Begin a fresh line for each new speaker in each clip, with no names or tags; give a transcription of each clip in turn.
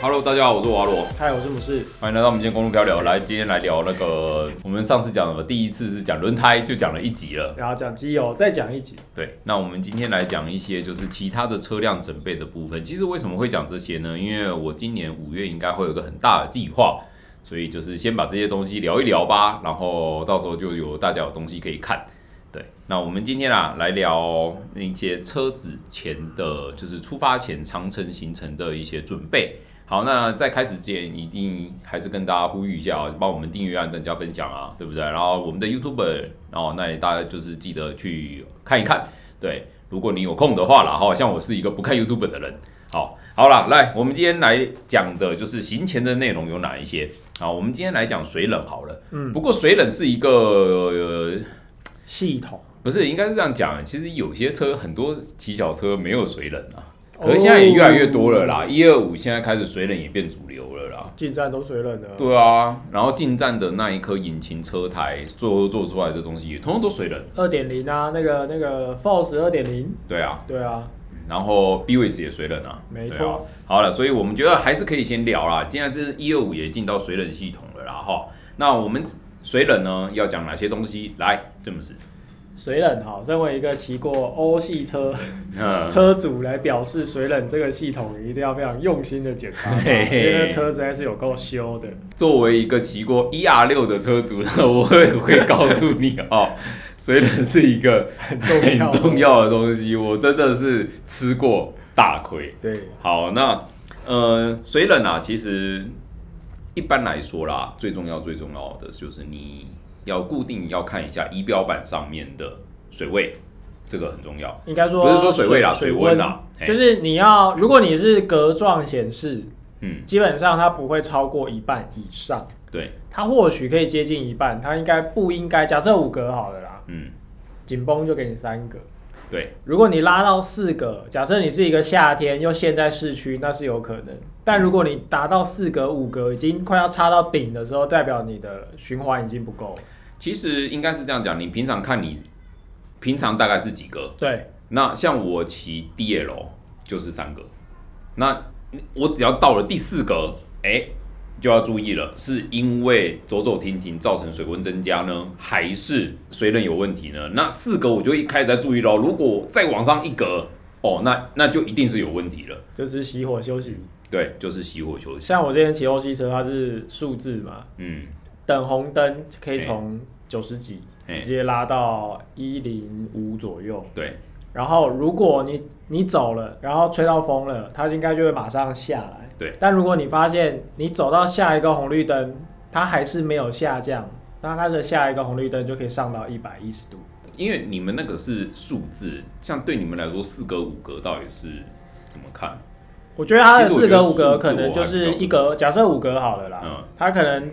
Hello，大家好，我是瓦罗，
嗨，我是姆士。
欢迎来到我们今天公路漂流。来，今天来聊那个，我们上次讲的第一次是讲轮胎，就讲了一集了。
然后讲机油，再讲一集。
对，那我们今天来讲一些就是其他的车辆整备的部分。其实为什么会讲这些呢？因为我今年五月应该会有一个很大的计划，所以就是先把这些东西聊一聊吧，然后到时候就有大家有东西可以看。对，那我们今天啊来聊那些车子前的，就是出发前长城行程的一些准备。好，那在开始之前，一定还是跟大家呼吁一下啊，帮我们订阅、按赞、加分享啊，对不对？然后我们的 YouTube，然后那大家就是记得去看一看。对，如果你有空的话啦，哈，像我是一个不看 YouTube 的人。好，好啦，来，我们今天来讲的就是行前的内容有哪一些啊？我们今天来讲水冷好了。
嗯，
不过水冷是一个、呃
系统。
不是应该是这样讲，其实有些车很多骑小车没有水冷啊，可是现在也越来越多了啦。一二五现在开始水冷也变主流了啦。
哦，进站都水冷的。
对啊，然后进站的那一颗引擎车台最后做出来的东西也通通都水冷。
二点零啊，那个那个 Force 二点零，
对啊，
对啊，
然后 B w 也水冷啊，
没错
对啊。好了，所以我们觉得还是可以先聊啦。现在这是一二五也进到水冷系统了啦哈。那我们水冷呢要讲哪些东西？来，詹姆斯，
水冷哈。身为一个骑过欧系车
嗯，
车主来表示水冷这个系统，一定要非常用心的检查，
嘿
因
嘿
为那车实在是有够修的。
作为一个骑过 ER 六的车主，我会会告诉你哦，水冷是一个
很重
很
要
重要的东西，我真的是吃过大亏。
对，
好，那呃，水冷啊，其实一般来说啦，最重要最重要的就是你要固定要看一下仪表板上面的水位，这个很重要。
应该说
不是说水位啦水温啦嘿
就是你要，如果你是格状显示，
嗯，
基本上它不会超过一半以上。
对，
它或许可以接近一半，它应该不应该？假设五格好了啦，
嗯，
紧绷就给你三个。
对，
如果你拉到四格，假设你是一个夏天又陷在市区，那是有可能。但如果你达到四格、五格，已经快要插到顶的时候，代表你的循环已经不够了。
其实应该是这样讲，你平常看你平常大概是几个？
对，
那像我骑 DL 就是三个，那我只要到了第四格，哎、就要注意了，是因为走走停停造成水温增加呢，还是水冷有问题呢？那四格我就一开始在注意喽，如果再往上一格，哦，那那就一定是有问题了。
就只是熄火休息。
对，就是熄火休息。
像我之前骑欧系车，它是数字嘛，
嗯，
等红灯可以从九十几
嘿
直接拉到一零五左右。
对，
然后如果你你走了，然后吹到风了，它应该就会马上下来。
对
但如果你发现你走到下一个红绿灯，它还是没有下降，那它的下一个红绿灯就可以上到一百一十度。
因为你们那个是数字，像对你们来说四格五格到底是怎么看？
我觉得它的
其实我
四
觉得
格
数
五
字
格可能
我
就
还比
是
较
一格，假设五格好了啦，
嗯
它可能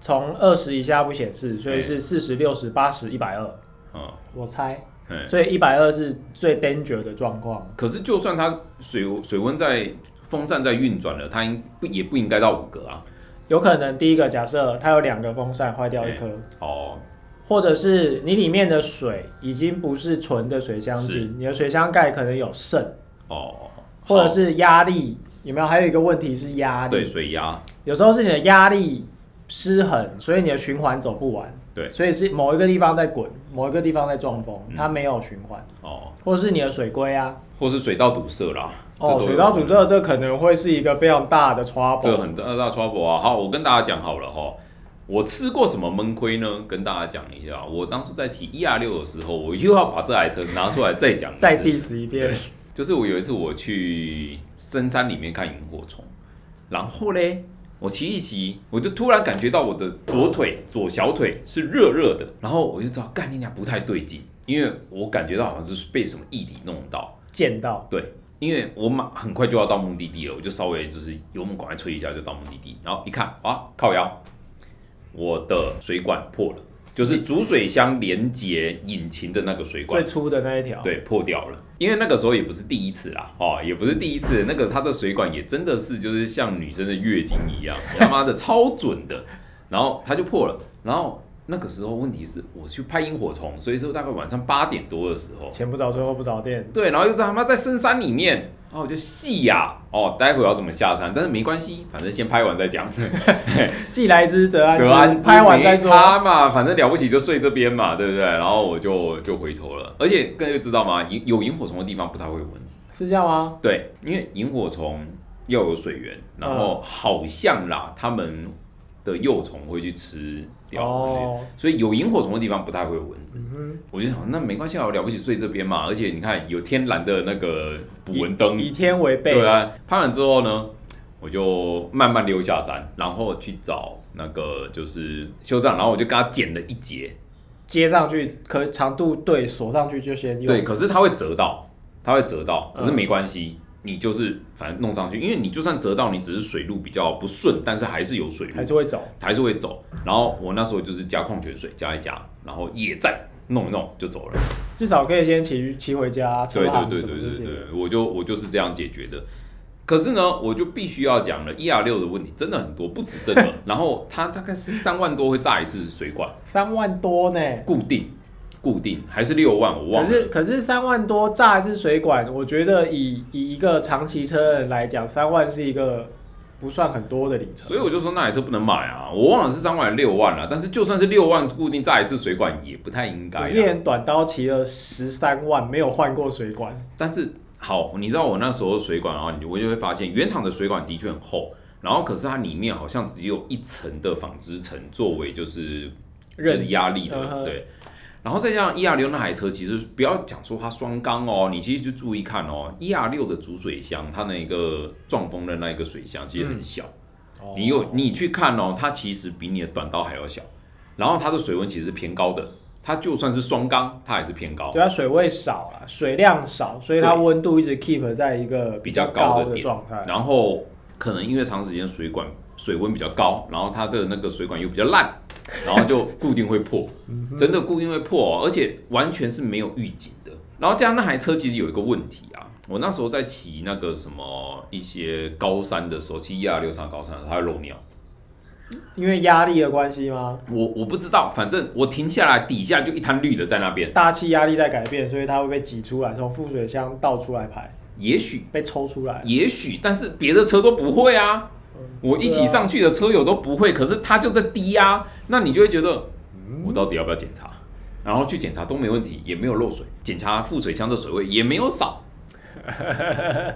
从二十以下不显示，所
嗯
以是四十六十八十一百二，
嗯，
我猜，
嗯。
所以一百二是最 danger 的状况。
可是，就算它水水温在风扇在运转了，它应不也不应该到五格啊？
有可能第一个假设它有两个风扇坏掉一颗，
哦，
或者是你里面的水已经不是纯的水箱
是
精，你的水箱盖可能有渗，
哦，
或者
好
是压力有没有？还有一个问题是压
对
力，
水压，
有时候是你的压力失衡，所以你的循环走不完，
对
所以是某一个地方在滚，某一个地方在撞风
嗯，
它没有循环，
哦，
或者是你的水龟啊，
或是水道堵塞啦。
哦，水道阻塞这可能会是一个非常大的
这
trouble，
很大大 trouble 啊！好，我跟大家讲好了哈，我吃过什么闷亏呢？跟大家讲一下，我当初在骑 ER 六的时候，我又要把这台车拿出来再讲一次，
再 diss 一遍
对，就是我有一次我去深山里面看萤火虫，然后嘞，我骑一骑，我就突然感觉到我的左腿左小腿是热热的，然后我就知道干你俩不太对劲，因为我感觉到好像是被什么液体弄到，
见到
对，因为我马很快就要到目的地了，我就稍微就是油门赶快吹一下就到目的地，然后一看啊，靠腰，我的水管破了，就是主水箱连接引擎的那个水管
最，粗的那一条，
对，破掉了。因为那个时候也不是第一次啦，哦，也不是第一次，那个它的水管也真的是就是像女生的月经一样，他妈的超准的，然后它就破了，然后那个时候问题是我去拍萤火虫，所以说大概晚上八点多的时候，
前不着村后不着店，
对，然后又在他妈在深山里面，然后我就细呀、哦，待会儿要怎么下山，但是没关系，反正先拍完再讲。
既来之则 安
对啊，
之，拍完再说。
他嘛，反正了不起就睡这边嘛，对不对？然后我就就回头了，而且各位知道吗？萤有萤火虫的地方不太会有蚊子，
是这样吗？
对，因为萤火虫要有水源，然后好像啦，它们的幼虫会去吃掉，
哦，
所以有萤火虫的地方不太会有蚊子。
嗯哼，
我就想，那没关系啊，我了不起睡这边嘛，而且你看有天然的那个捕蚊灯，
以天为被。
嗯对啊，拍完之后呢，我就慢慢溜下山，然后去找那个就是修缮，然后我就跟他剪了一截。
接上去，可长度对锁上去就先用。
对，，可是它会折到，它会折到，可是
嗯
没关系，你就是反正弄上去，因为你就算折到，你只是水路比较不顺，但是还是有水路，
还是会走。
还是会走。然后我那时候就是加矿泉水加一加，然后也在弄一弄就走了。
至少可以先骑骑回家，
对对
车行
对
啊什么
对
这
对
些。
对，我就我就是这样解决的。可是呢，我就必须要讲了，E R 六的问题真的很多，不止这 个。然后它大概是三万多会炸一次水管，
三万多呢。
固定固定还是六万，我
可
忘
是
了。
可是三万多炸一次水管，我觉得以以一个长骑车的人来讲，三万是一个不算很多的里程。
所以我就说那台车不能买啊，我忘了是三万还是六万了、但是就算是六万固定炸一次水管也不太应该
我之
啦。
前短刀骑了十三万，没有换过水管。
但是好，你知道我那时候水管啊，你我就会发现原厂的水管的确很厚，然后可是它里面好像只有一层的纺织层作为就是就是
韧
压力
嗯
的，
哼
对。然后再加上 E R 六那台车，其实不要讲说它双缸哦，你其实就注意看哦，E R 六的主水箱，它那个撞风的那一个水箱其实
嗯
很小，
哦
你有你去看哦，它其实比你的短刀还要小，然后它的水温其实是偏高的，它就算是双缸，它还是偏高
对，啊它水位少了，水量少，所以它
对
温度一直 keep 在一个
比较
较
高的
的
点
状态。
然后可能因为长时间水管水温比较高，然后它的那个水管又比较烂，然后就固定会破，真的固定会破、哦，而且完全是没有预警的。然后加上那台车其实有一个问题啊，我那时候在骑那个什么一些高山的时候，骑一二六上高山的时候，它会漏尿。
因为压力的关系吗？
我我不知道，反正我停下来底下就一滩绿的在那边，
大气压力在改变，所以它会被挤出来，从副水箱倒出来排，
也许
被抽出来。
也许，但是别的车都不会啊。
嗯
我一起上去的车友都不会，可是他就在低压、那你就会觉得嗯我到底要不要检查？然后去检查都没问题，也没有漏水，检查副水箱的水位也没有少，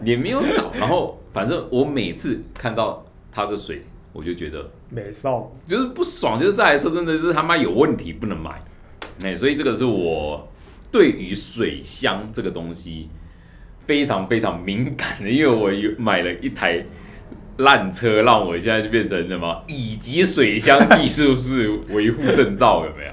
也没有少。然后反正我每次看到他的水，我就觉得
美送，
就是不爽，就是这台车真的是他妈有问题，不能买。哎、所以这个是我对于水箱这个东西非常非常敏感的，因为我有买了一台烂车，让我现在就变成什么乙级水箱技术是维护证照，有没有？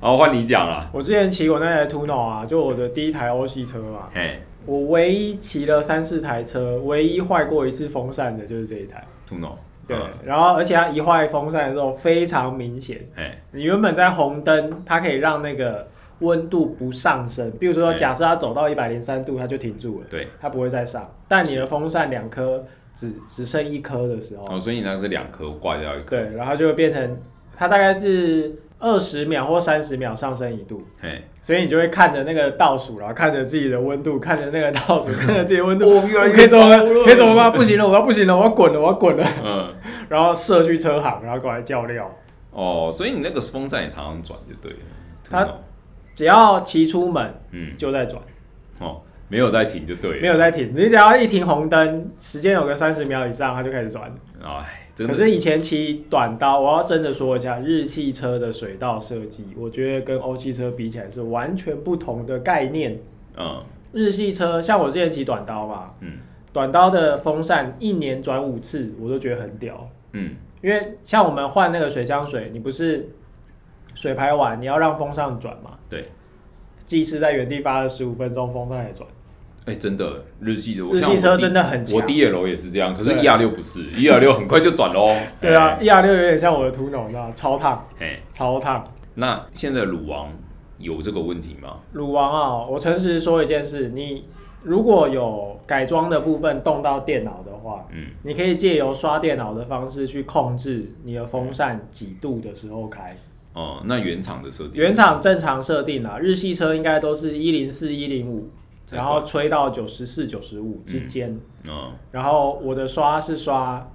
然后换你讲啊了，
我之前骑我那台 Tuno 啊，就我的第一台欧系车嘛，
嘿，
我唯一骑了三四台车，唯一坏过一次风扇的就是这一台。
兔脑，
对，
嗯
然后而且它一坏风扇的时候非常明显，
嘿，
你原本在红灯，它可以让那个温度不上升，比如说
嗯
假设它走到一百零三度，它就停住了，
对，
它不会再上。但你的风扇两颗只只剩一颗的时候，
嗯哦，所以你那个是两颗挂掉一颗，
对，然后就会变成它大概是二十秒或三十秒上升一度，
嘿，
所以你就会看着那个倒数，然后看着自己的温度，看着那个倒数，看着自己 的温度，
哦越来越
可以走
高了
了，可以走了吗？不行了，我要不行了，我要滚了，我要滚了，
嗯，
然后射去车行，然后过来叫料。
哦，所以你那个风扇也常常转就对了，
它
兔脑，
只要骑出门
嗯，
就在转，
哦，没有在停就对了，
没有在停。你只要一停红灯，时间有个三十秒以上，它就开始转。
哎，真
可
的
是以前骑短刀，我要真的说一下，日系车的水道设计，我觉得跟欧系车比起来是完全不同的概念。
嗯
日系车像我之前骑短刀嘛，
嗯
短刀的风扇一年转五次，我都觉得很屌。
嗯，
因为像我们换那个水箱水，你不是水排完，你要让风扇转嘛？
对，
技师在原地发了十五分钟，风扇也转。
哎、真的日系的，
日
像我
系车
弟
真的很强
我 D L 也是这样，可是
对
E R 六不 是，E R 六很快就转喽。
对啊
哎，
一 R 六有点像我的途牛，你知道吗，超烫，
哎、
超烫。
那现在鲁王有这个问题吗？
鲁王啊，我诚实说一件事，你如果有改装的部分动到电脑的话，
嗯，
你可以借由刷电脑的方式去控制你的风扇几度的时候开。
哦、那原厂的设定，
原厂正常设定啊，日系车应该都是一零四、一零五，
在
然后吹到九十四、九十五之间。
嗯，
然后我的刷是刷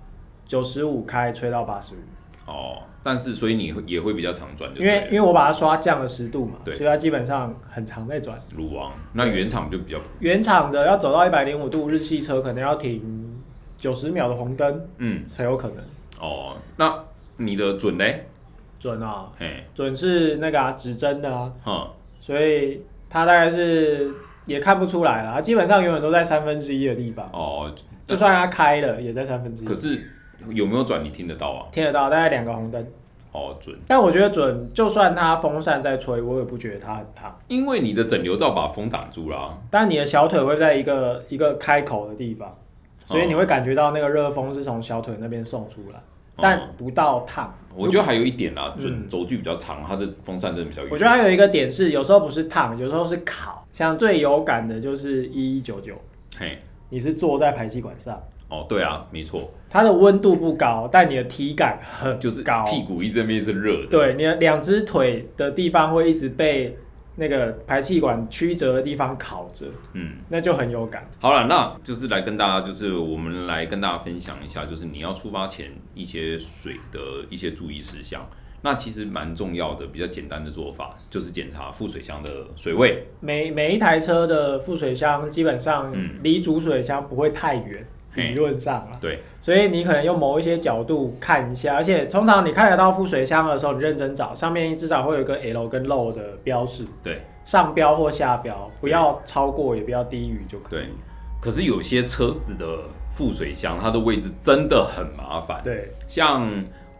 九十五开，吹到八十五，
哦，但是所以你会也会比较常转，就
因为因为我把它刷降了十度嘛，所
对
以它基本上很常在转。
鲁王，那原厂就比较，
原厂的要走到一百零五度，日系车可能要停九十秒的红灯
嗯，
才有可能
哦，那你的准嘞，
准啊，
嘿，
准是那个啊指针的啊，
哈，
所以它大概是也看不出来了，它基本上永远都在三分之一的地方，
哦，
就算它开了也在三分之一
可，是有没有转你听得到啊？
听得到大概两个红灯，
哦，准，
但我觉得准，就算它风扇在吹，我也不觉得它很烫。
因为你的整流罩把风挡住啦、
但你的小腿会在一个一个开口的地方，所以你会
哦
感觉到那个热风是从小腿那边送出来，但不到烫。
我觉得还有一点啦，
嗯
准轴距比较长，它的风扇真的比较远。
我觉得还有一个点是，有时候不是烫，有时候是烤。像最有感的就是一一九九，
嘿，
你是坐在排气管上，
哦，对啊，没错，
它的温度不高，但你的体感很
就是
高。
屁股一这边是热的。，
对，你的两只腿的地方会一直被那个排气管曲折的地方烤着，
嗯，
那就很有感。
好了，那就是来跟大家，就是我们来跟大家分享一下，就是你要出发前一些水的一些注意事项。那其实蛮重要的，比较简单的做法就是检查副水箱的水位。
每每一台车的副水箱基本上
嗯
离主水箱不会太远，
嘿
理论上啊，
对，
所以你可能用某一些角度看一下，而且通常你看得到副水箱的时候，你认真找，上面至少会有一个 L 跟 L 的标示，
对，
上标或下标，不要超过也不要低于就可以。
可是有些车子的副水箱，它的位置真的很麻烦。
对，
像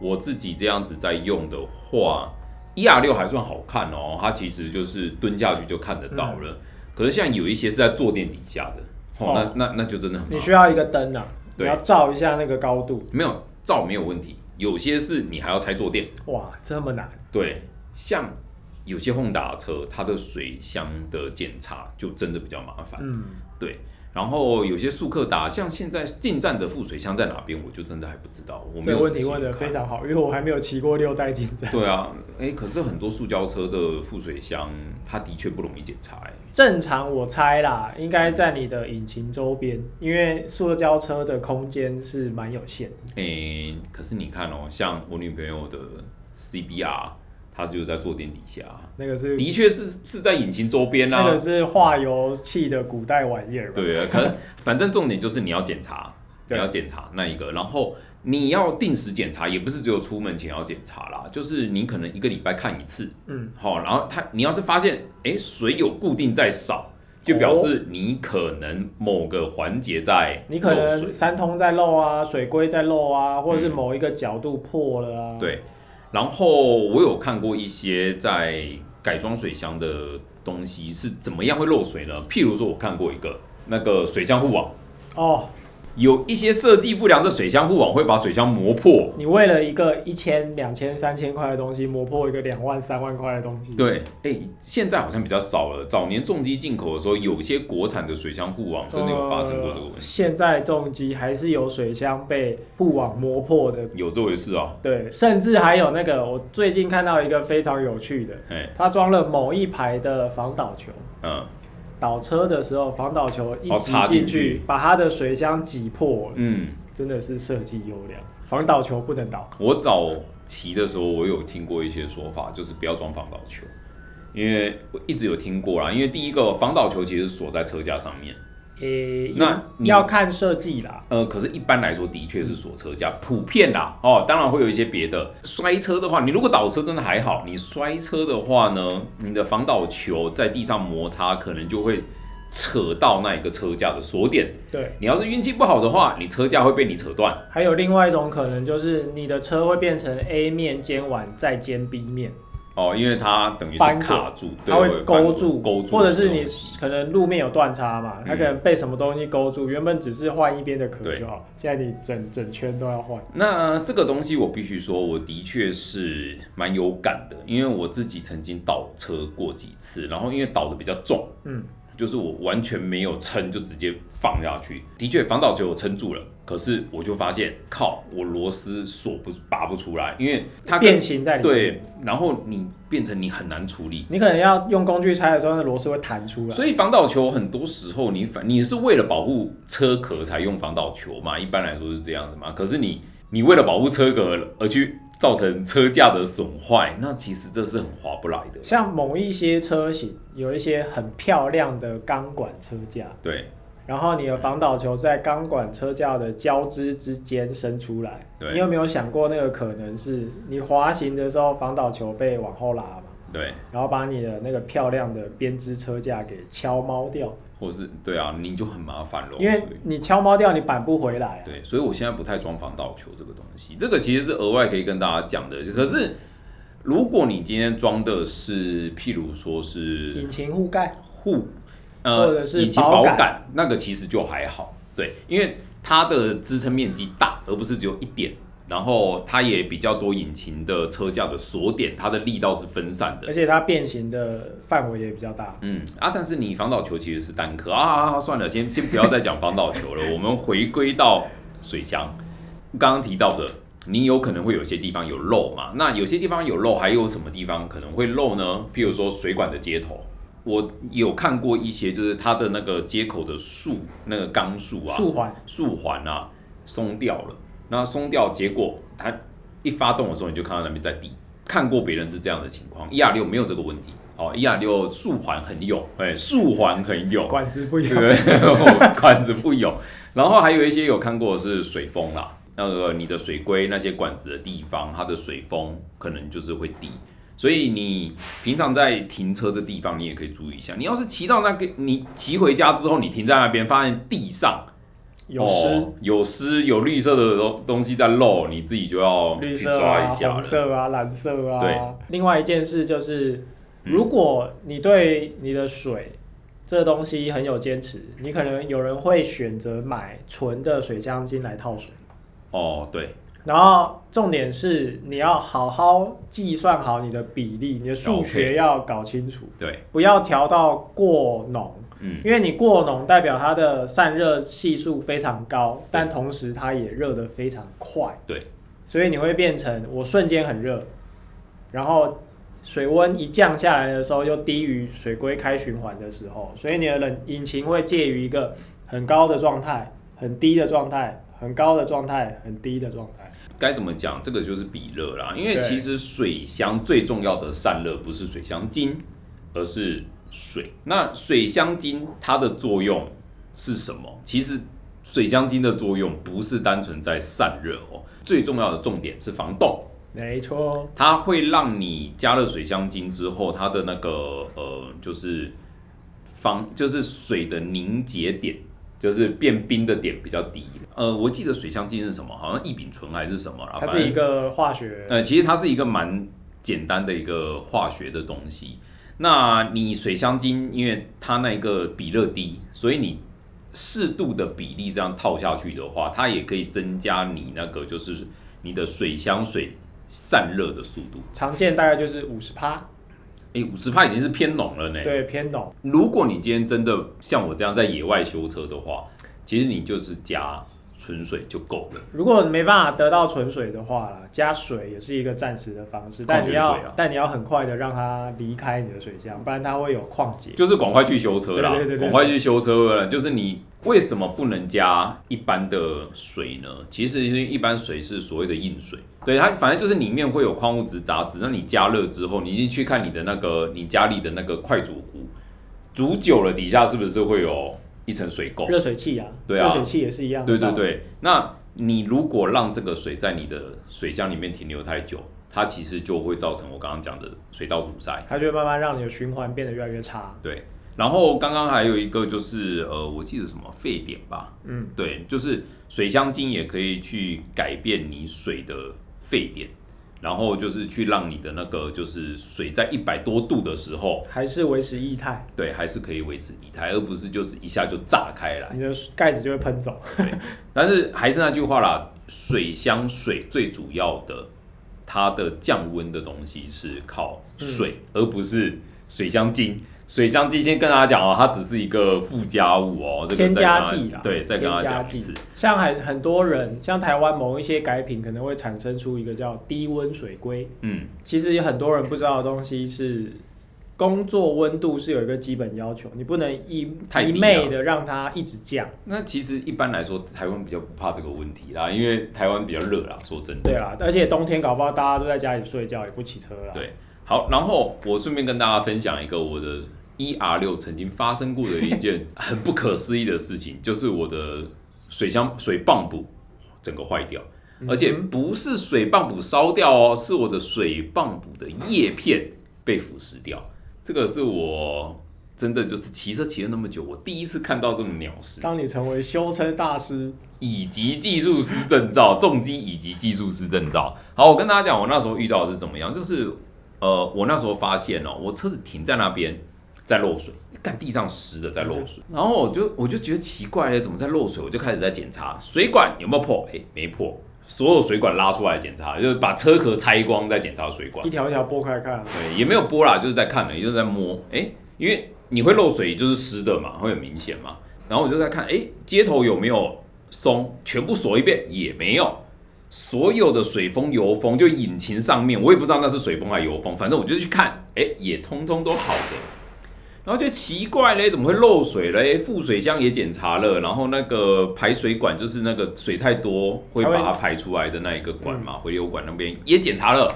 我自己这样子在用的话，E R 六还算好看哦，它其实就是蹲下去就看得到了。可是像有一些是在坐垫底下的，哦，
嗯哦
那那那就真的很麻
你
烦。
需要一个灯啊，你
对
要照一下那个高度。
没有照没有问题，有些是你还要拆坐垫。
哇，这么难，啊
对，像有些 Honda 车，它的水箱的检查就真的比较麻烦。
嗯，
对。然后有些速克达，像现在进站的副水箱在哪边，我就真的还不知道。我没
这
有
个问
仔
题
细
问
去
的
看
非常好，因为我还没有骑过六代进站。
对啊，哎、可是很多塑胶车的副水箱，它的确不容易检查、欸。
正常我猜啦，应该在你的引擎周边，因为塑胶车的空间是蛮有限的。
哎、可是你看哦、像我女朋友的 CBR，它就是在坐垫底下，
那个是
的确是是在引擎周边啦、
那个
啊。
是化油器的古代玩意儿吧？，
对啊，可是反正重点就是你要检查，你
对
要检查那一个，然后你要定时检查，也不是只有出门前要检查啦，就是你可能一个礼拜看一次，
嗯，
好，然后它你要是发现哎水有固定在少，就
哦
表示你可能某个环节在
你可
漏水
能三通在漏啊，水龟在漏啊，或者是
嗯
某一个角度破了啊。，
对。然后我有看过一些在改装水箱的东西是怎么样会漏水呢？譬如说，我看过一个那个水箱护网，
哦，
有一些设计不良的水箱护网会把水箱磨破。
你为了一个一千、两千、三千块的东西磨破一个两万、三万块的东西。，
对，哎，现在好像比较少了。早年重机进口的时候，有些国产的水箱护网真的有发生过这个问题，
呃现在重机还是有水箱被布网磨破的
有这回事啊。
对，甚至还有那个，我最近看到一个非常有趣的，
哎，
它装了某一排的防倒球，
嗯
倒车的时候防倒球一
哦
挤
插
进
进
去
去，
把它的水箱挤破了，
嗯。
真的是设计优良。防倒球不能倒，
我早期的时候，我有听过一些说法，就是不要装防倒球，因为我一直有听过啦。因为第一个防倒球其实是锁在车架上面，
诶、
那你
要看设计啦。
呃，可是一般来说的确是锁车架，普遍啦。哦，当然会有一些别的。摔车的话，你如果倒车真的还好，你摔车的话呢，你的防倒球在地上摩擦，可能就会扯到那一个车架的锁点。
对，
你要是运气不好的话，你车架会被你扯断。
还有另外一种可能就是你的车会变成 A 面尖完再尖 B 面，
哦，因为它等于是
翻滚
卡住，对
它会
翻
勾
滚
住，
勾住，
或者是你可能路面有断叉嘛，它
嗯
可能被什么东西勾住，原本只是换一边的壳
对
就好，现在你整整圈都要换。
那这个东西我必须说，我的确是蛮有感的，因为我自己曾经倒车过几次，然后因为倒的比较重，
嗯，
就是我完全没有撑就直接放下去。的确，防倒球我撑住了，可是我就发现靠，我螺丝锁不拔不出来，因为它跟
变形在里面。，
对，然后你变成你很难处理。
你可能要用工具拆的时候，那螺丝会弹出来。
所以防倒球很多时候你反你是为了保护车壳才用防倒球嘛，一般来说是这样子嘛。可是你你为了保护车壳而去造成车架的损坏，那其实这是很划不来的。
像某一些车型有一些很漂亮的钢管车架，
对
然后你的防倒球在钢管车架的交织之间伸出来。
对
你有没有想过那个可能是你滑行的时候防倒球被往后拉嘛，
对，
然后把你的那个漂亮的编织车架给敲猫掉？
或是对啊，你就很麻烦咯。
因为
所以
你敲猫掉，你板不回来、啊。
对，所以我现在不太装防盗球这个东西，这个其实是额外可以跟大家讲的。可是如果你今天装的是，譬如说是
引擎护盖，
护，
或者
呃，
是
以及
保
保
杆
杆那个其实就还好，对，因为它的支撑面积大，而不是只有一点，然后它也比较多引擎的车架的锁点，它的力道是分散
而
的。
且它变形的范围也比较大。
嗯啊，但是你防倒球其实是单颗啊啊，啊算了，先先不要再讲防倒球了，我们回归到水箱。刚刚提到的，你有可能会有些地方有漏嘛？那有些地方有漏，还有什么地方可能会漏呢？譬如说水管的接头，我有看过一些，就是它的那个接口的束，那个钢束啊，
束环
束环啊松掉了，那松掉，结果它一发动的时候，你就看到那边在滴。看过别人是这样的情况，E R 六没有这个问题。哦，E R 六束环很有，哎、束环很有，哎
管子不一样，
对， 我管哦子不有。然后还有一些有看过的是水封啦，那个你的水龟那些管子的地方，它的水封可能就是会低。所以你平常在停车的地方，你也可以注意一下。你要是骑到那个，你骑回家之后，你停在那边，发现地上
有湿、
哦有湿、有绿色的东东西在漏，你自己就要
绿
去
色啊、
抓一下
红
了。
色啊、蓝色啊。
对。
另外一件事就是，
嗯
如果你对你的水这东西很有坚持，你可能有人会选择买纯的水箱精来套水。
哦，对，
然后重点是你要好好计算好你的比例，你的数
OK
学要搞清楚，
对，
不要调到过浓。
嗯，
因为你过浓代表它的散热系数非常高，但同时它也热得非常快，
对，
所以你会变成我瞬间很热，然后水温一降下来的时候又低于水龟开循环的时候，所以你的冷引擎会介于一个很高的状态、很低的状态、很高的状态、很低的状态。
该怎么讲？这个就是比热啦，因为
对
其实水箱最重要的散热不是水箱精，而是水。那水箱精它的作用是什么？其实水箱精的作用不是单纯在散热哦，最重要的重点是防冻。
没错，
它会让你加了水香精之后，它的那个呃，就是防就是水的凝结点，就是变冰的点比较低。呃，我记得水香精是什么，好像异丙醇还是什么啦，
它
反
是一
正
个化学，
呃，其实它是一个蛮简单的一个化学的东西。那你水香精，因为它那一个比热低，所以你适度的比例这样套下去的话，它也可以增加你那个就是你的水箱水散热的速度。
常见大概就是五十趴，
哎，五十帕已经是偏浓了呢。，
对，偏浓。
如果你今天真的像我这样在野外修车的话，其实你就是加纯水就够了。
如果没办法得到纯水的话啦，加水也是一个暂时的方式，但你要、
矿泉水啊
但你要很快的让它离开你的水箱，不然它会有矿结。
就是赶快去修车啦，
对对对对
赶快去修车了。就是你为什么不能加一般的水呢？其实因为一般水是所谓的硬水，对它反正就是里面会有矿物质杂质。那你加热之后，你进去看你的那个你家里的那个快煮壶，煮久了底下是不是会有一层水垢？
热水器啊，
哦对啊
热水器也是一样。
对对，对，那你如果让这个水在你的水箱里面停留太久，它其实就会造成我刚刚讲的水道阻塞。
它就会慢慢让你的循环变得越来越差。
对，然后刚刚还有一个就是呃，我记得什么沸点吧？
嗯，
对，就是水箱精也可以去改变你水的沸点，然后就是去让你的那个就是水在一百多度的时候，
还是维持液态，
对，还是可以维持液态，而不是就是一下就炸开来。
你的盖子就会喷走。
但是还是那句话啦，水箱水最主要的，
嗯
它的降温的东西是靠水，而不是水箱精。水箱机先跟大家讲哦，它只是一个附加物哦，这个再跟
添加
大
剂
家
啦，
对，再跟
添
大家
加
讲一次
剂。。像很很多人，像台湾某一些改品可能会产生出一个叫低温水龟，
嗯
其实有很多人不知道的东西是，工作温度是有一个基本要求，你不能一
太低
一昧的让它一直降。
那其实一般来说，台湾比较不怕这个问题啦，因为台湾比较热啦，说真的。
对啦，而且冬天搞不好大家都在家里睡觉，也不骑车啦。
对，好，然后我顺便跟大家分享一个我的 ER 六曾经发生过的一 件很不可思议的事情，就是我的水箱水泵补整个坏掉，
嗯哼
而且不是水泵补烧掉哦，是我的水泵补的叶片被腐蚀掉，这个是我。真的就是骑车骑了那么久，我第一次看到这么鸟事，
当你成为修车大师，
以及技术师证照，重机以及技术师证照。好，我跟大家讲，我那时候遇到的是怎么样，就是呃，我那时候发现哦，我车子停在那边在漏水，干地上湿的在漏水，然后我就我就觉得奇怪了，怎么在漏水？我就开始在检查水管有没有破，哎，没破，所有水管拉出来检查，就是把车壳拆光再检查水管
一，条一条剥开看啊，
对，也没有拨啦，就是在看了，也就是在摸。哎、因为你会漏水，就是湿的嘛，会很明显嘛。然后我就在看，哎、接头有没有松？全部锁一遍也没有，所有的水封、油封，就引擎上面，我也不知道那是水封还是油封，反正我就去看，哎、也通通都好的。然后就奇怪嘞，怎么会漏水嘞？副水箱也检查了，然后那个排水管就是那个水太多会把它排出来的那一个管嘛，回流管那边也检查了，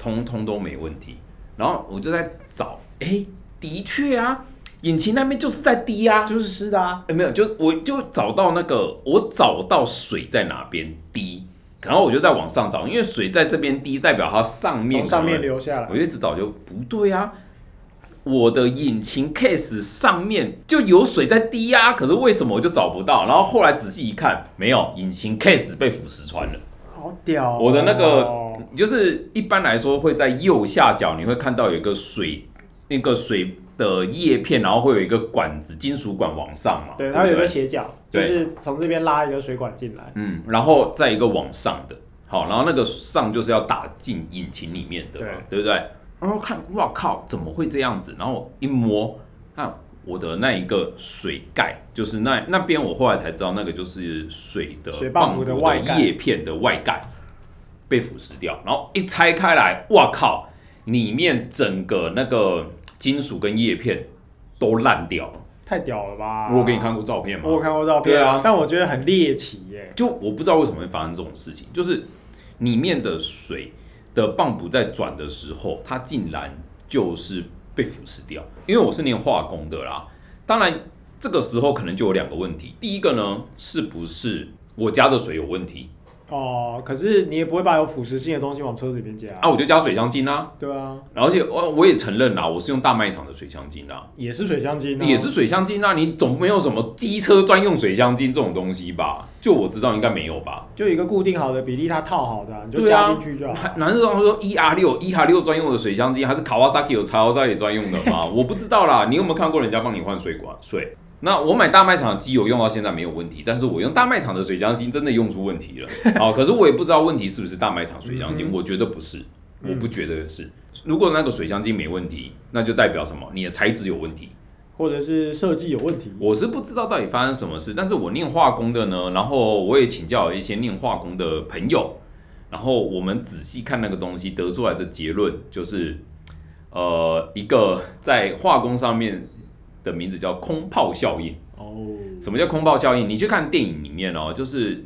通通都没问题。然后我就在找，哎，的确啊，引擎那边就是在滴啊，
就是湿的啊。
哎，没有，就我就找到那个，我找到水在哪边滴，然后我就在往上找，因为水在这边滴，代表它上面
从上
可
面
能
流下来
我，就一直找就不对啊，我的引擎 case 上面就有水在滴啊，可是为什么我就找不到？然后后来仔细一看，没有，引擎 case 被腐蚀穿了。
好屌哦、
我的那个就是一般来说会在右下角，你会看到有一个水，那个水的叶片，然后会有一个管子，金属管往上嘛，
对，
不
它有一个斜角，就
对
是从这边拉一个水管进来。
嗯，然后再一个往上的，好，然后那个上就是要打进引擎里面的嘛，对不对？然后看，哇靠，怎么会这样子？然后一摸，看我的那一个水盖，就是那那边，我后来才知道那个就是水的
水泵浦的外盖
叶片的外盖被腐蚀掉，然后一拆开来，哇靠，里面整个那个金属跟叶片都烂掉了。
太屌了吧！
我有给你看过照片吗？
啊我有看过照片
对啊
但我觉得很猎奇耶、
就我不知道为什么会发生这种事情，就是里面的水的泵浦在转的时候，它竟然就是被腐蚀掉。因为我是念化工的啦，当然这个时候可能就有两个问题，第一个呢，是不是我家的水啊有问题
哦，可是你也不会把有腐蚀性的东西往车子里面加，
啊？我就加水箱精啊，
对啊，
而且我我也承认啦，我是用大卖场的水箱精啊，
也是水箱精、啊，
也是水箱精啊，你总没有什么机车专用水箱精这种东西吧？就我知道应该没有吧。
就有一个固定好的比例，它套好的啊、你就
对啊
加进去就好了。
难道他说 E R 六 E R 六专用的水箱机，还是卡瓦萨 a 有卡瓦萨 a 专用的吗？ 我不知道啦。你有没有看过人家帮你换水管水？那我买大卖场的机油用到现在没有问题，但是我用大卖场的水箱机真的用出问题了。 好、可是我也不知道问题是不是大卖场水箱机，
嗯哼
我觉得不是，
嗯
我不觉得是。如果那个水箱机没问题，那就代表什么？你的材质有问题。
或者是设计有问题，
我是不知道到底发生什么事，但是我念化工的呢，然后我也请教了一些念化工的朋友，然后我们仔细看那个东西得出来的结论就是，呃，一个在化工上面的名字叫空泡效应。
哦，
什么叫空泡效应？你去看电影里面哦，就是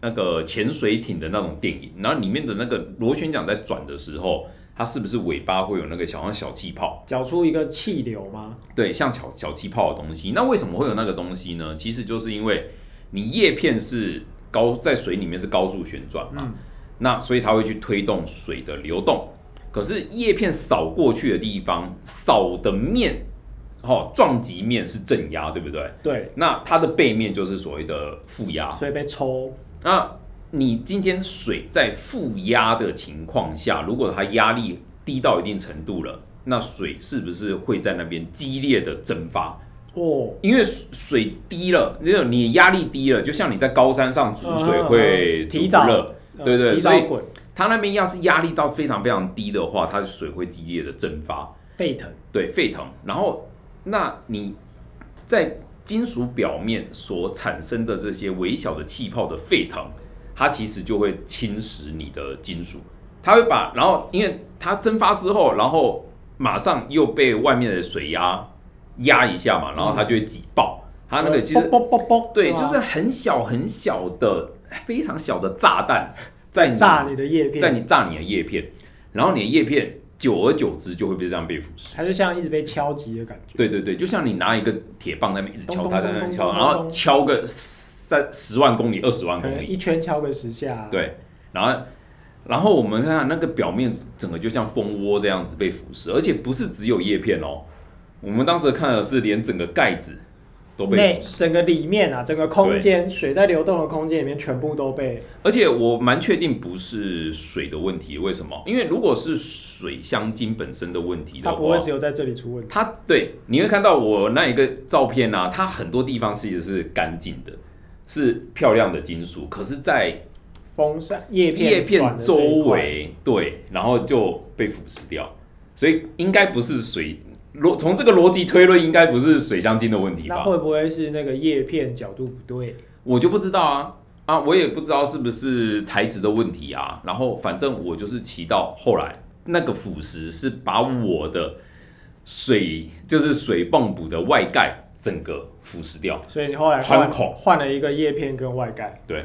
那个潜水艇的那种电影，然后里面的那个螺旋桨在转的时候，它是不是尾巴会有那个小像小气泡？
搅出一个气流吗？
对，像小小气泡的东西。那为什么会有那个东西呢？其实就是因为你叶片是高在水里面是高速旋转嘛，
嗯，
那所以它会去推动水的流动。可是叶片扫过去的地方，扫的面，哦，撞击面是正压，对不对？
对，
那它的背面就是所谓的负压。
所以被抽，
那你今天水在负压的情况下，如果它压力低到一定程度了，那水是不是会在那边激烈的蒸发？
哦，
因为水水低了，那种你压力低了，就像你在高山上煮水
嗯
会
提
煮不
早
热，
呃
对对
提
所
早
以
滚，
它那边要是压力到非常非常低的话，它的水会激烈的蒸发，
沸腾，
对，沸腾。然后那你在金属表面所产生的这些微小的气泡的沸腾，它其实就会侵蚀你的金属，它会把，然后因为它蒸发之后，然后马上又被外面的水压压一下嘛，然后它就会挤爆，它那个其实
哦啵啵啵啵，
对，
吧
就是很小很小的、非常小的炸弹，在你
炸你的叶片，
在你炸你的叶片，然后你的叶片久而久之就会被这样被腐蚀。
它就像一直被敲击的感觉。
对对对，就像你拿一个铁棒在那边一直敲它，在
咚咚咚
那边
咚
敲，
咚
然后敲个三十万公里、二十万
可
公
能
里，
一圈敲个十下、啊。，
对，然后。然后我们看看那个表面，整个就像蜂窝这样子被腐蚀，而且不是只有叶片哦。我们当时看的是连整个盖子都被
内
腐蚀。
整个里面啊，整个空间，水在流动的空间里面全部都被
而且我蛮确定不是水的问题，为什么？因为如果是水香精本身的问题的
它
话，
不会只有在这里出问题。
它对你会看到我那一个照片啊，它很多地方其实是干净的，是漂亮的金属，可是，在
风扇叶片
叶片
转的这
周
一块，
围，对，然后就被腐蚀掉，所以应该不是水逻，从这个逻辑推论，应该不是水香精的问题吧
那？会不会是那个叶片角度不对？
我就不知道啊啊，我也不知道是不是材质的问题啊。然后反正我就是骑到后来，那个腐蚀是把我的水就是水泵补的外盖整个腐蚀掉。
所以你后来换
穿孔
换了一个叶片跟外盖，
对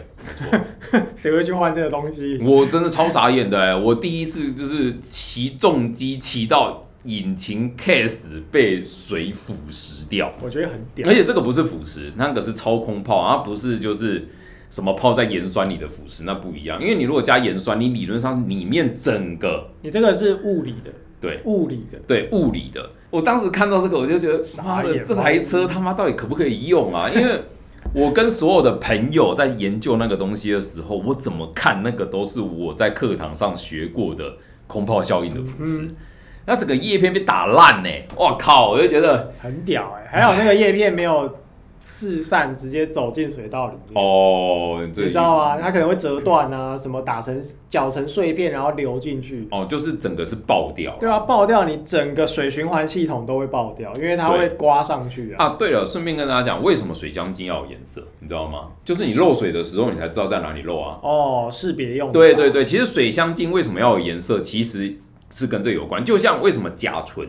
谁会去换这个东西？
我真的超傻眼的、欸，我第一次就是骑重机骑到引擎 case 被水腐蚀掉。
我觉得很屌
而。且这个不是腐蚀，那个是超空泡，它不是就是什么泡在盐酸里的腐蚀，那不一样。因为你如果加盐酸，你理论上里面整个
你这个是物理的，
对
物理的，
对物理的。我当时看到这个，我就觉得妈
傻眼
的，
吧
这台车他妈到底可不可以用啊？因为我跟所有的朋友在研究那个东西的时候，我怎么看那个都是我在课堂上学过的空泡效应的腐蚀。
嗯
那整个叶片被打烂呢、我靠！我就觉得
很屌哎、还好那个叶片没有四散，直接走进水道里面。
哦，这
你知道吗？它可能会折断啊，什么打成搅成碎片，然后流进去。
哦，就是整个是爆掉了。
对啊，爆掉你整个水循环系统都会爆掉，因为它
对
会刮上去啊。
啊，对了，顺便跟大家讲，为什么水浆精要有颜色，你知道吗？就是你漏水的时候，你才知道在哪里漏啊。
哦，识别用的
对对，对，其实水香精为什么要有颜色，其实是跟这有关。就像为什么甲醇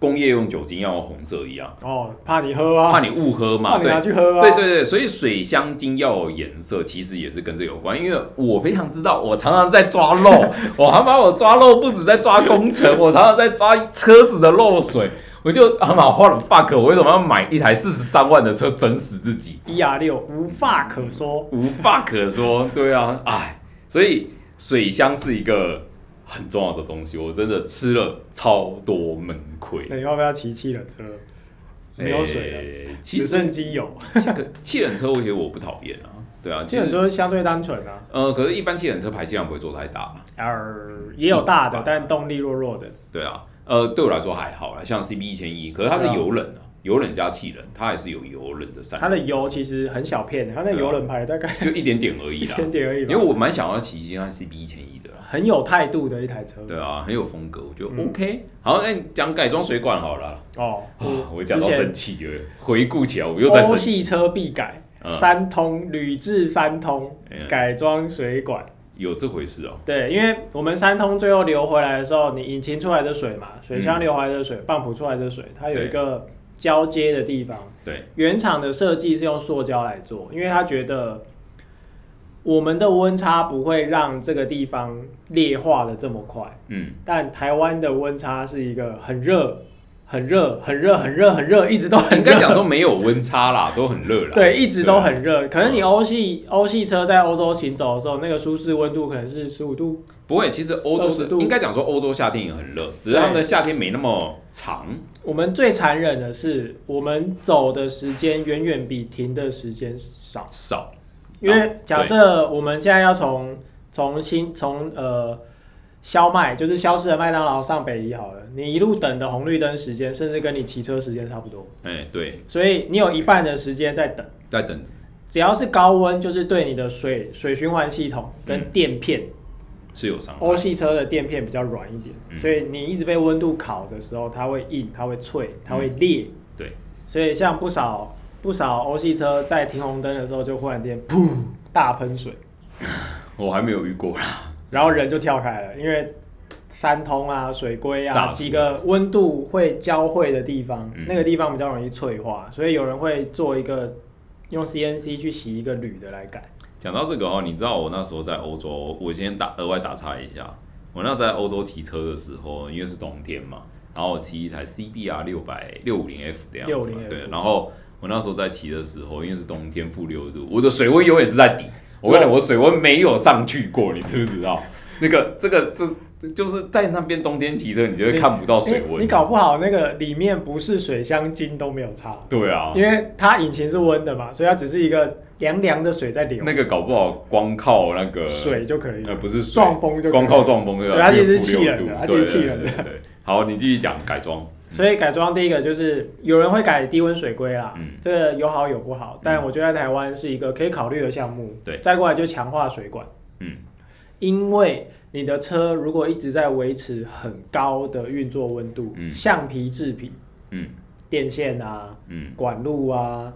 工业用酒精要用红色一样，
哦，怕你喝啊，
怕你误喝嘛。
怕你
对
拿去喝啊。
对对对，所以水香精要有颜色，其实也是跟这有关。因为我非常知道，我常常在抓 漏，我他妈我抓漏不止在抓工程，我常常在抓车子的漏水。我就他妈花了 fuck，我为什么要买一台四十三万的车整死自己？
一 R 六无话可说，
无话可说，对啊，哎，所以水箱是一个很重要的东西，我真的吃了超多闷亏
那。你要不要骑汽的车？哎没有水了，
哎其
只
实
剩机油。
这个汽冷车，我觉得我不讨厌啊，对啊，
汽油车相对单纯啊，
呃，可是，一般气冷车排气量不会做太大嘛，
呃，也有大的，但动力弱弱的。
对啊，呃，对我来说还好啦，像 CB 一千一，可是它是油冷啊，油冷加气冷，它还是有油冷的散
它
热，
的油其实很小片，它那油冷排大概
就一点点而已
一
啦。
千点而已
因
吧。
为我蛮想要骑一辆 CB 一千一的啦，
很有态度的一台车。
对啊，很有风格，我觉得
嗯
OK。好，那你讲改装水管好了啦，
哦，
啊我讲到
之前
生气了，回顾起来我又在生
欧
气
系。车必改，
嗯
三通铝制三通
嗯
改装水管。
有这回事哦，
对，因为我们三通最后流回来的时候，你引擎出来的水嘛，水箱
嗯
流回来的水，泵浦出来的水，它有
对
一个交接的地方。
对，
原厂的设计是用塑胶来做，因为他觉得我们的温差不会让这个地方裂化的这么快。
嗯，
但台湾的温差是一个很热、很热、很热、很热、很热，一直都很
应
热
该。讲说没有温差啦，都很热啦，
对，一直都
对啊
很热。可能你欧系欧系车在欧洲行走的时候，那个舒适温度可能是十五度，
不会，其实欧洲是
20度
应该讲说欧洲夏天也很热，只是他们的夏天没那么长。
我们最残忍的是，我们走的时间远远比停的时间少，
少，
因
啊
为假
对
设我们现在要从从新从呃消麦，就是消失的麦当劳上北移好了，你一路等的红绿灯时间，甚至跟你骑车时间差不多，
哎、对，
所以你有一半的时间在等。
在等，
只要是高温，就是对你的水水循环系统跟
嗯
垫片，
是有伤
欧
害。
系车的垫片比较软一点，
嗯嗯
所以你一直被温度烤的时候，它会硬，它会脆，它会裂，
对，
所以像不少不少欧系车在停红灯的时候就忽然间噗大喷水，
我还没有遇过啦。
然后人就跳开了，因为山通啊、水龟
炸
啊
出
几个温度会交汇的地方，
嗯
那个地方比较容易脆化，所以有人会做一个用 CNC 去洗一个铝的来改。
讲到这个哦，你知道我那时候在欧洲，我先打额外打岔一下，我那时候在欧洲骑车的时候，因为是冬天嘛，然后我骑一台 CBR 六百六五零 F 的样子嘛
650F
对，然后我那时候在骑的时候，因为是冬天负六度，我的水温永远是在底，我跟你讲，我水温没有上去过，你知不知道？那个这个这就是在那边冬天骑车，你哎就会看不到水
因为
温，啊
你搞不好那个里面不是水箱精都没有差，
对啊，
因为它引擎是温的嘛，所以它只是一个凉凉的水在流，
那个搞不好光靠那个
水就可以了
呃，不是水
撞风就可以
光靠撞风对吧？
对它其实是
负
气
6
人的
度
它其实是
对
气人的
对对对对好，你继续讲改装。
所以改装第一个就是有人会改低温水龟啦，
嗯
这个有好有不好，但我觉得在台湾是一个可以考虑的项目。
对
再过来就强化水管，
嗯，
因为你的车如果一直在维持很高的运作温度，
嗯
橡皮制品、
嗯
电线啊、
嗯
管路啊、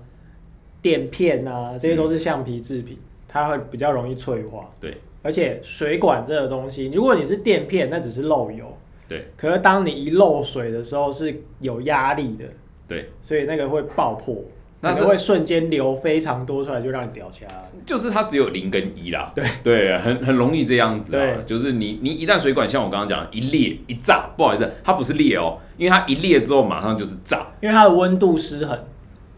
垫片啊，这些
嗯
都是橡皮制品，它会比较容易脆化。
对
而且水管这个东西，如果你是垫片，那只是漏油，
对
可是当你一漏水的时候是有压力的。
对，
所以那个会爆破，
那
那
是
是会瞬间流非常多出来，就让你掉下来。
就是它只有零跟一啦。对对，很很容易这样子啊
对。
就是你你一旦水管像我刚刚讲一裂一炸，不好意思，它不是裂哦，因为它一裂之后马上就是炸。
因为它的温度失衡，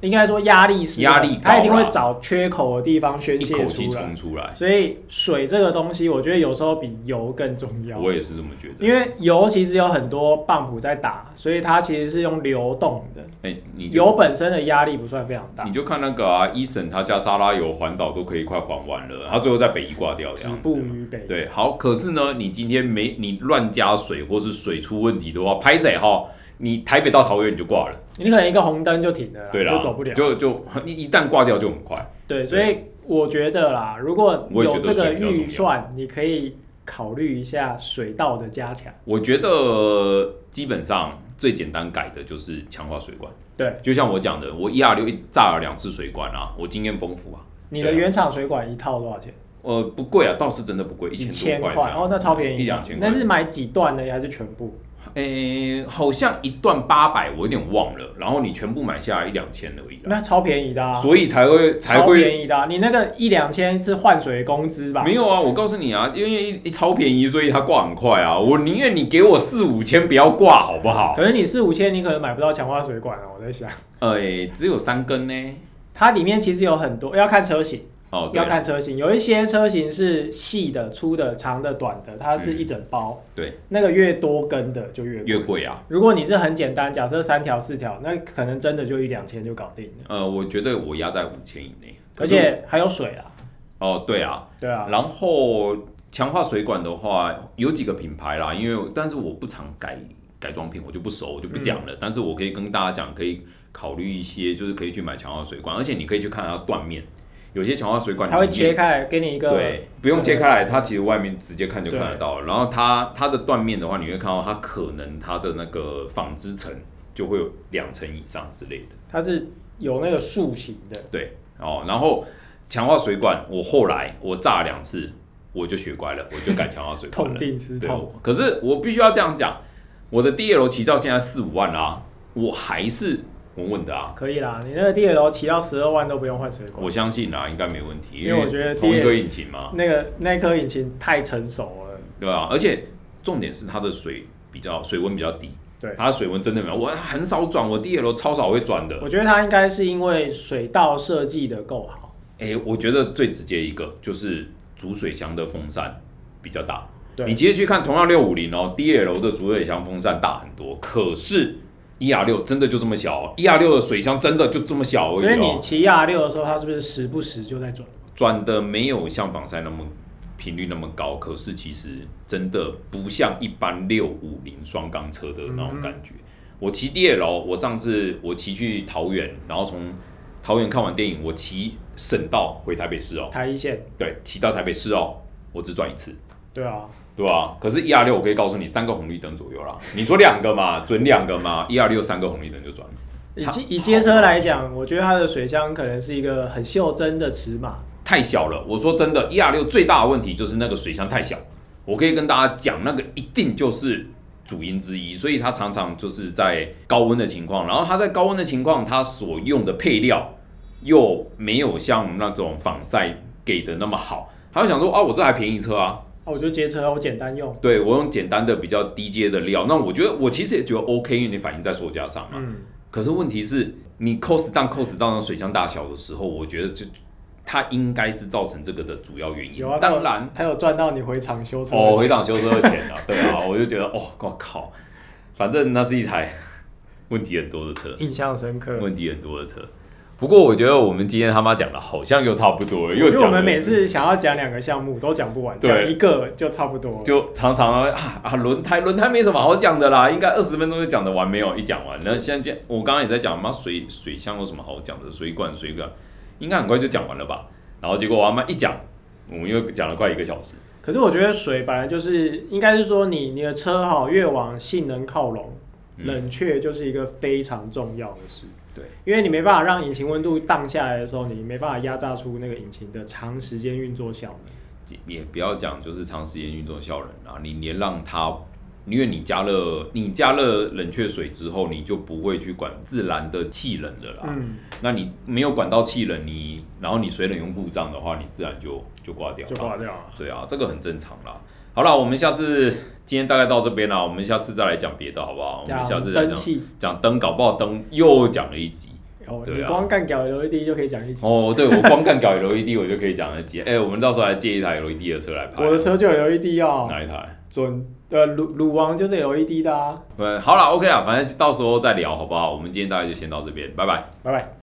应该说压力失衡，
压力高啦啊
它一定会找缺口的地方宣
一口
泄
气
出来
冲。出来，
所以水这个东西，我觉得有时候比油更重要，
我也是这么觉得。
因为油其实有很多泵浦在打，所以它其实是用流动的，
哎，你就
油本身的压力不算非常大
你，就看那个啊，一审他加沙拉油环岛都可以快还完了，他最后在北一挂掉这
止
样子
步
嘛。
于北。
对，好，可是呢，你今天没你乱加水或是水出问题的话，拍谁哈？你台北到桃园你就挂了，
你可能一个红灯就停了啦，
对啦，
啊就走不了。
就就你一旦挂掉就很快。
对，所以我觉得啦，如果
我也觉
有
得
这个
水比较重要
预算，你可以考虑一下水道的加强。
我觉得基本上最简单改的就是强化水管，
对，
就像我讲的，我一 R 六一炸了两次水管啊，我经验丰富啊，
你的
对啊
原厂水管一套多少钱？
呃，不贵啊，倒是真的不贵，一
几
千
千
多
块
块，啊
哦，那超便宜，
一两千块
那。是买几段的还是全部？
诶、好像一段八百，我有点忘了，然后你全部买下来一两千而已啦，
那超便宜的啊，
所以才会才
超
会。
便宜的啊。你那个一两千是换水工资吧？
没有啊，我告诉你啊，因为一一超便宜，所以它挂很快啊。我宁愿你给我四五千，不要挂，好不好？
可是你四五千，你可能买不到强化水管啊了。我在想，
哎、只有三根呢。
它里面其实有很多，要看车型，
哦，对
要看车型。有一些车型是细的、粗的、长的、短的，它是一整包，
嗯对，
那个越多根的就越贵
越贵啊。
如果你是很简单，假设三条四条，那可能真的就一两千就搞定了，
呃，我觉得我压在五千以内，可
而
是
且还有水啊，
哦，对啊，
对啊，
然后强化水管的话，有几个品牌啦，因为但是我不常改改装品，我就不熟，我就不讲了。
嗯
但是我可以跟大家讲，可以考虑一些，就是可以去买强化水管，而且你可以去看它断面，有些强化水管
它会
里面
切开来给你一个，
对，不用切开来，它其实外面直接看就看得
对
到了。然后它它的断面的话，你会看到它可能它的那个纺织层就会有两层以上之类的。
它是有那个塑形的，
对，哦，然后强化水管，我后来我炸了两次，我就学乖了，我就改强化水管
痛
了。
定思
对
痛，，
可是我必须要这样讲，我的 DL 骑到现在四五万啦、我还是稳稳的啊，
可以啦，你那个 DL 骑到十二万都不用换水管
我，相信啦，应该没问题，
嗯因为我觉得
同一
DL
个引擎嘛，
那个那颗引擎太成熟了，
对吧、而且重点是它的水比较水温比较低，
对
它的水温真的没有，我很少转，我 DL 超少会转的
我。觉得它应该是因为水道设计的够好，
哎、我觉得最直接一个就是主水箱的风扇比较大。
对，
你直接去看同样六五零哦，DL 的主水箱风扇大很多，可是 ER 六真的就这么小、哦、，ER 六的水箱真的就这么小而
所以
已
你
哦，
骑 R 六的时候，它是不是时不时就在转？
转的没有像防晒那么频率那么高，可是其实真的不像一般六五零双缸车的那种感觉。我骑 DL，我上次我骑去桃园，然后从桃园看完电影，我骑省道回台北市哦，
台一线，
对，骑到台北市哦，我只转一次。
对啊，
对啊，可是 E R 六我可以告诉你，三个红绿灯左右啦。你说两个嘛，准两个嘛，E R 六三个红绿灯就转了。
以
差
街以街车来讲，我觉得它的水箱可能是一个很袖珍的尺码。啊
太小了。我说真的，E R 六最大的问题就是那个水箱太小。我可以跟大家讲，那个一定就是主因之一，所以它常常就是在高温的情况，然后它在高温的情况，它所用的配料又没有像那种防晒给的那么好。他会想说啊，我这还便宜车啊，
啊，我觉得街车我简单用，
对我用简单的比较低阶的料，那我觉得我其实也觉得 OK，因为你反映在售价上嘛。
嗯，
可是问题是，你 cost down cost down 到水箱大小的时候，我觉得就它应该是造成这个的主要原因。
有啊，
当然，
它有赚到你回厂修车的钱。
哦，回档修车的钱啊， 对啊，我就觉得哦，我靠，反正那是一台 问题很多的车，
印象深刻。
问题很多的车。不过我觉得我们今天他妈讲的好像又差不多了，
因
又
为
讲
我们
了
每次想要讲两个项目都讲不完，
对
讲一个就差不多了。
就常常啊啊轮胎轮胎没什么好讲的啦，应该二十分钟就讲得完没有？一讲完，
嗯
那现在我刚刚也在讲，妈水水箱有什么好讲的？水管水管应该很快就讲完了吧？然后结果我妈一讲，我们又讲了快一个小时。
可是我觉得水本来就是，应该是说你你的车哈越往性能靠拢，
嗯
冷却就是一个非常重要的事，
对，
因为你没办法让引擎温度荡下来的时候，你没办法压榨出那个引擎的长时间运作效能。
也不要讲就是长时间运作效能啊，你连让它，因为你加了你加了冷却水之后，你就不会去管自然的气冷了啦。
嗯，
那你没有管到气冷，你然后你水冷用故障的话，你自然就就挂掉
就
了。
挂掉了。
对啊，这个很正常啦。好啦，我们下次今天大概到这边啦，我们下次再来讲别的好不好？我们哦下次再
灯
讲
系
讲灯，搞不好灯又讲了一集。
哦，
对啊
你光干掉 LED 就可以讲一集。
哦，对，我光干搞 LED E 我就可以讲了一集。哎、我们到时候来借一台 LED 的车来拍。
我的车就有 LED 哦，
哪一台？
准呃鲁鲁王就是 LED 的啊，
呃，好啦 o k 啦，反正到时候再聊好不好？我们今天大概就先到这边，拜拜。
拜拜。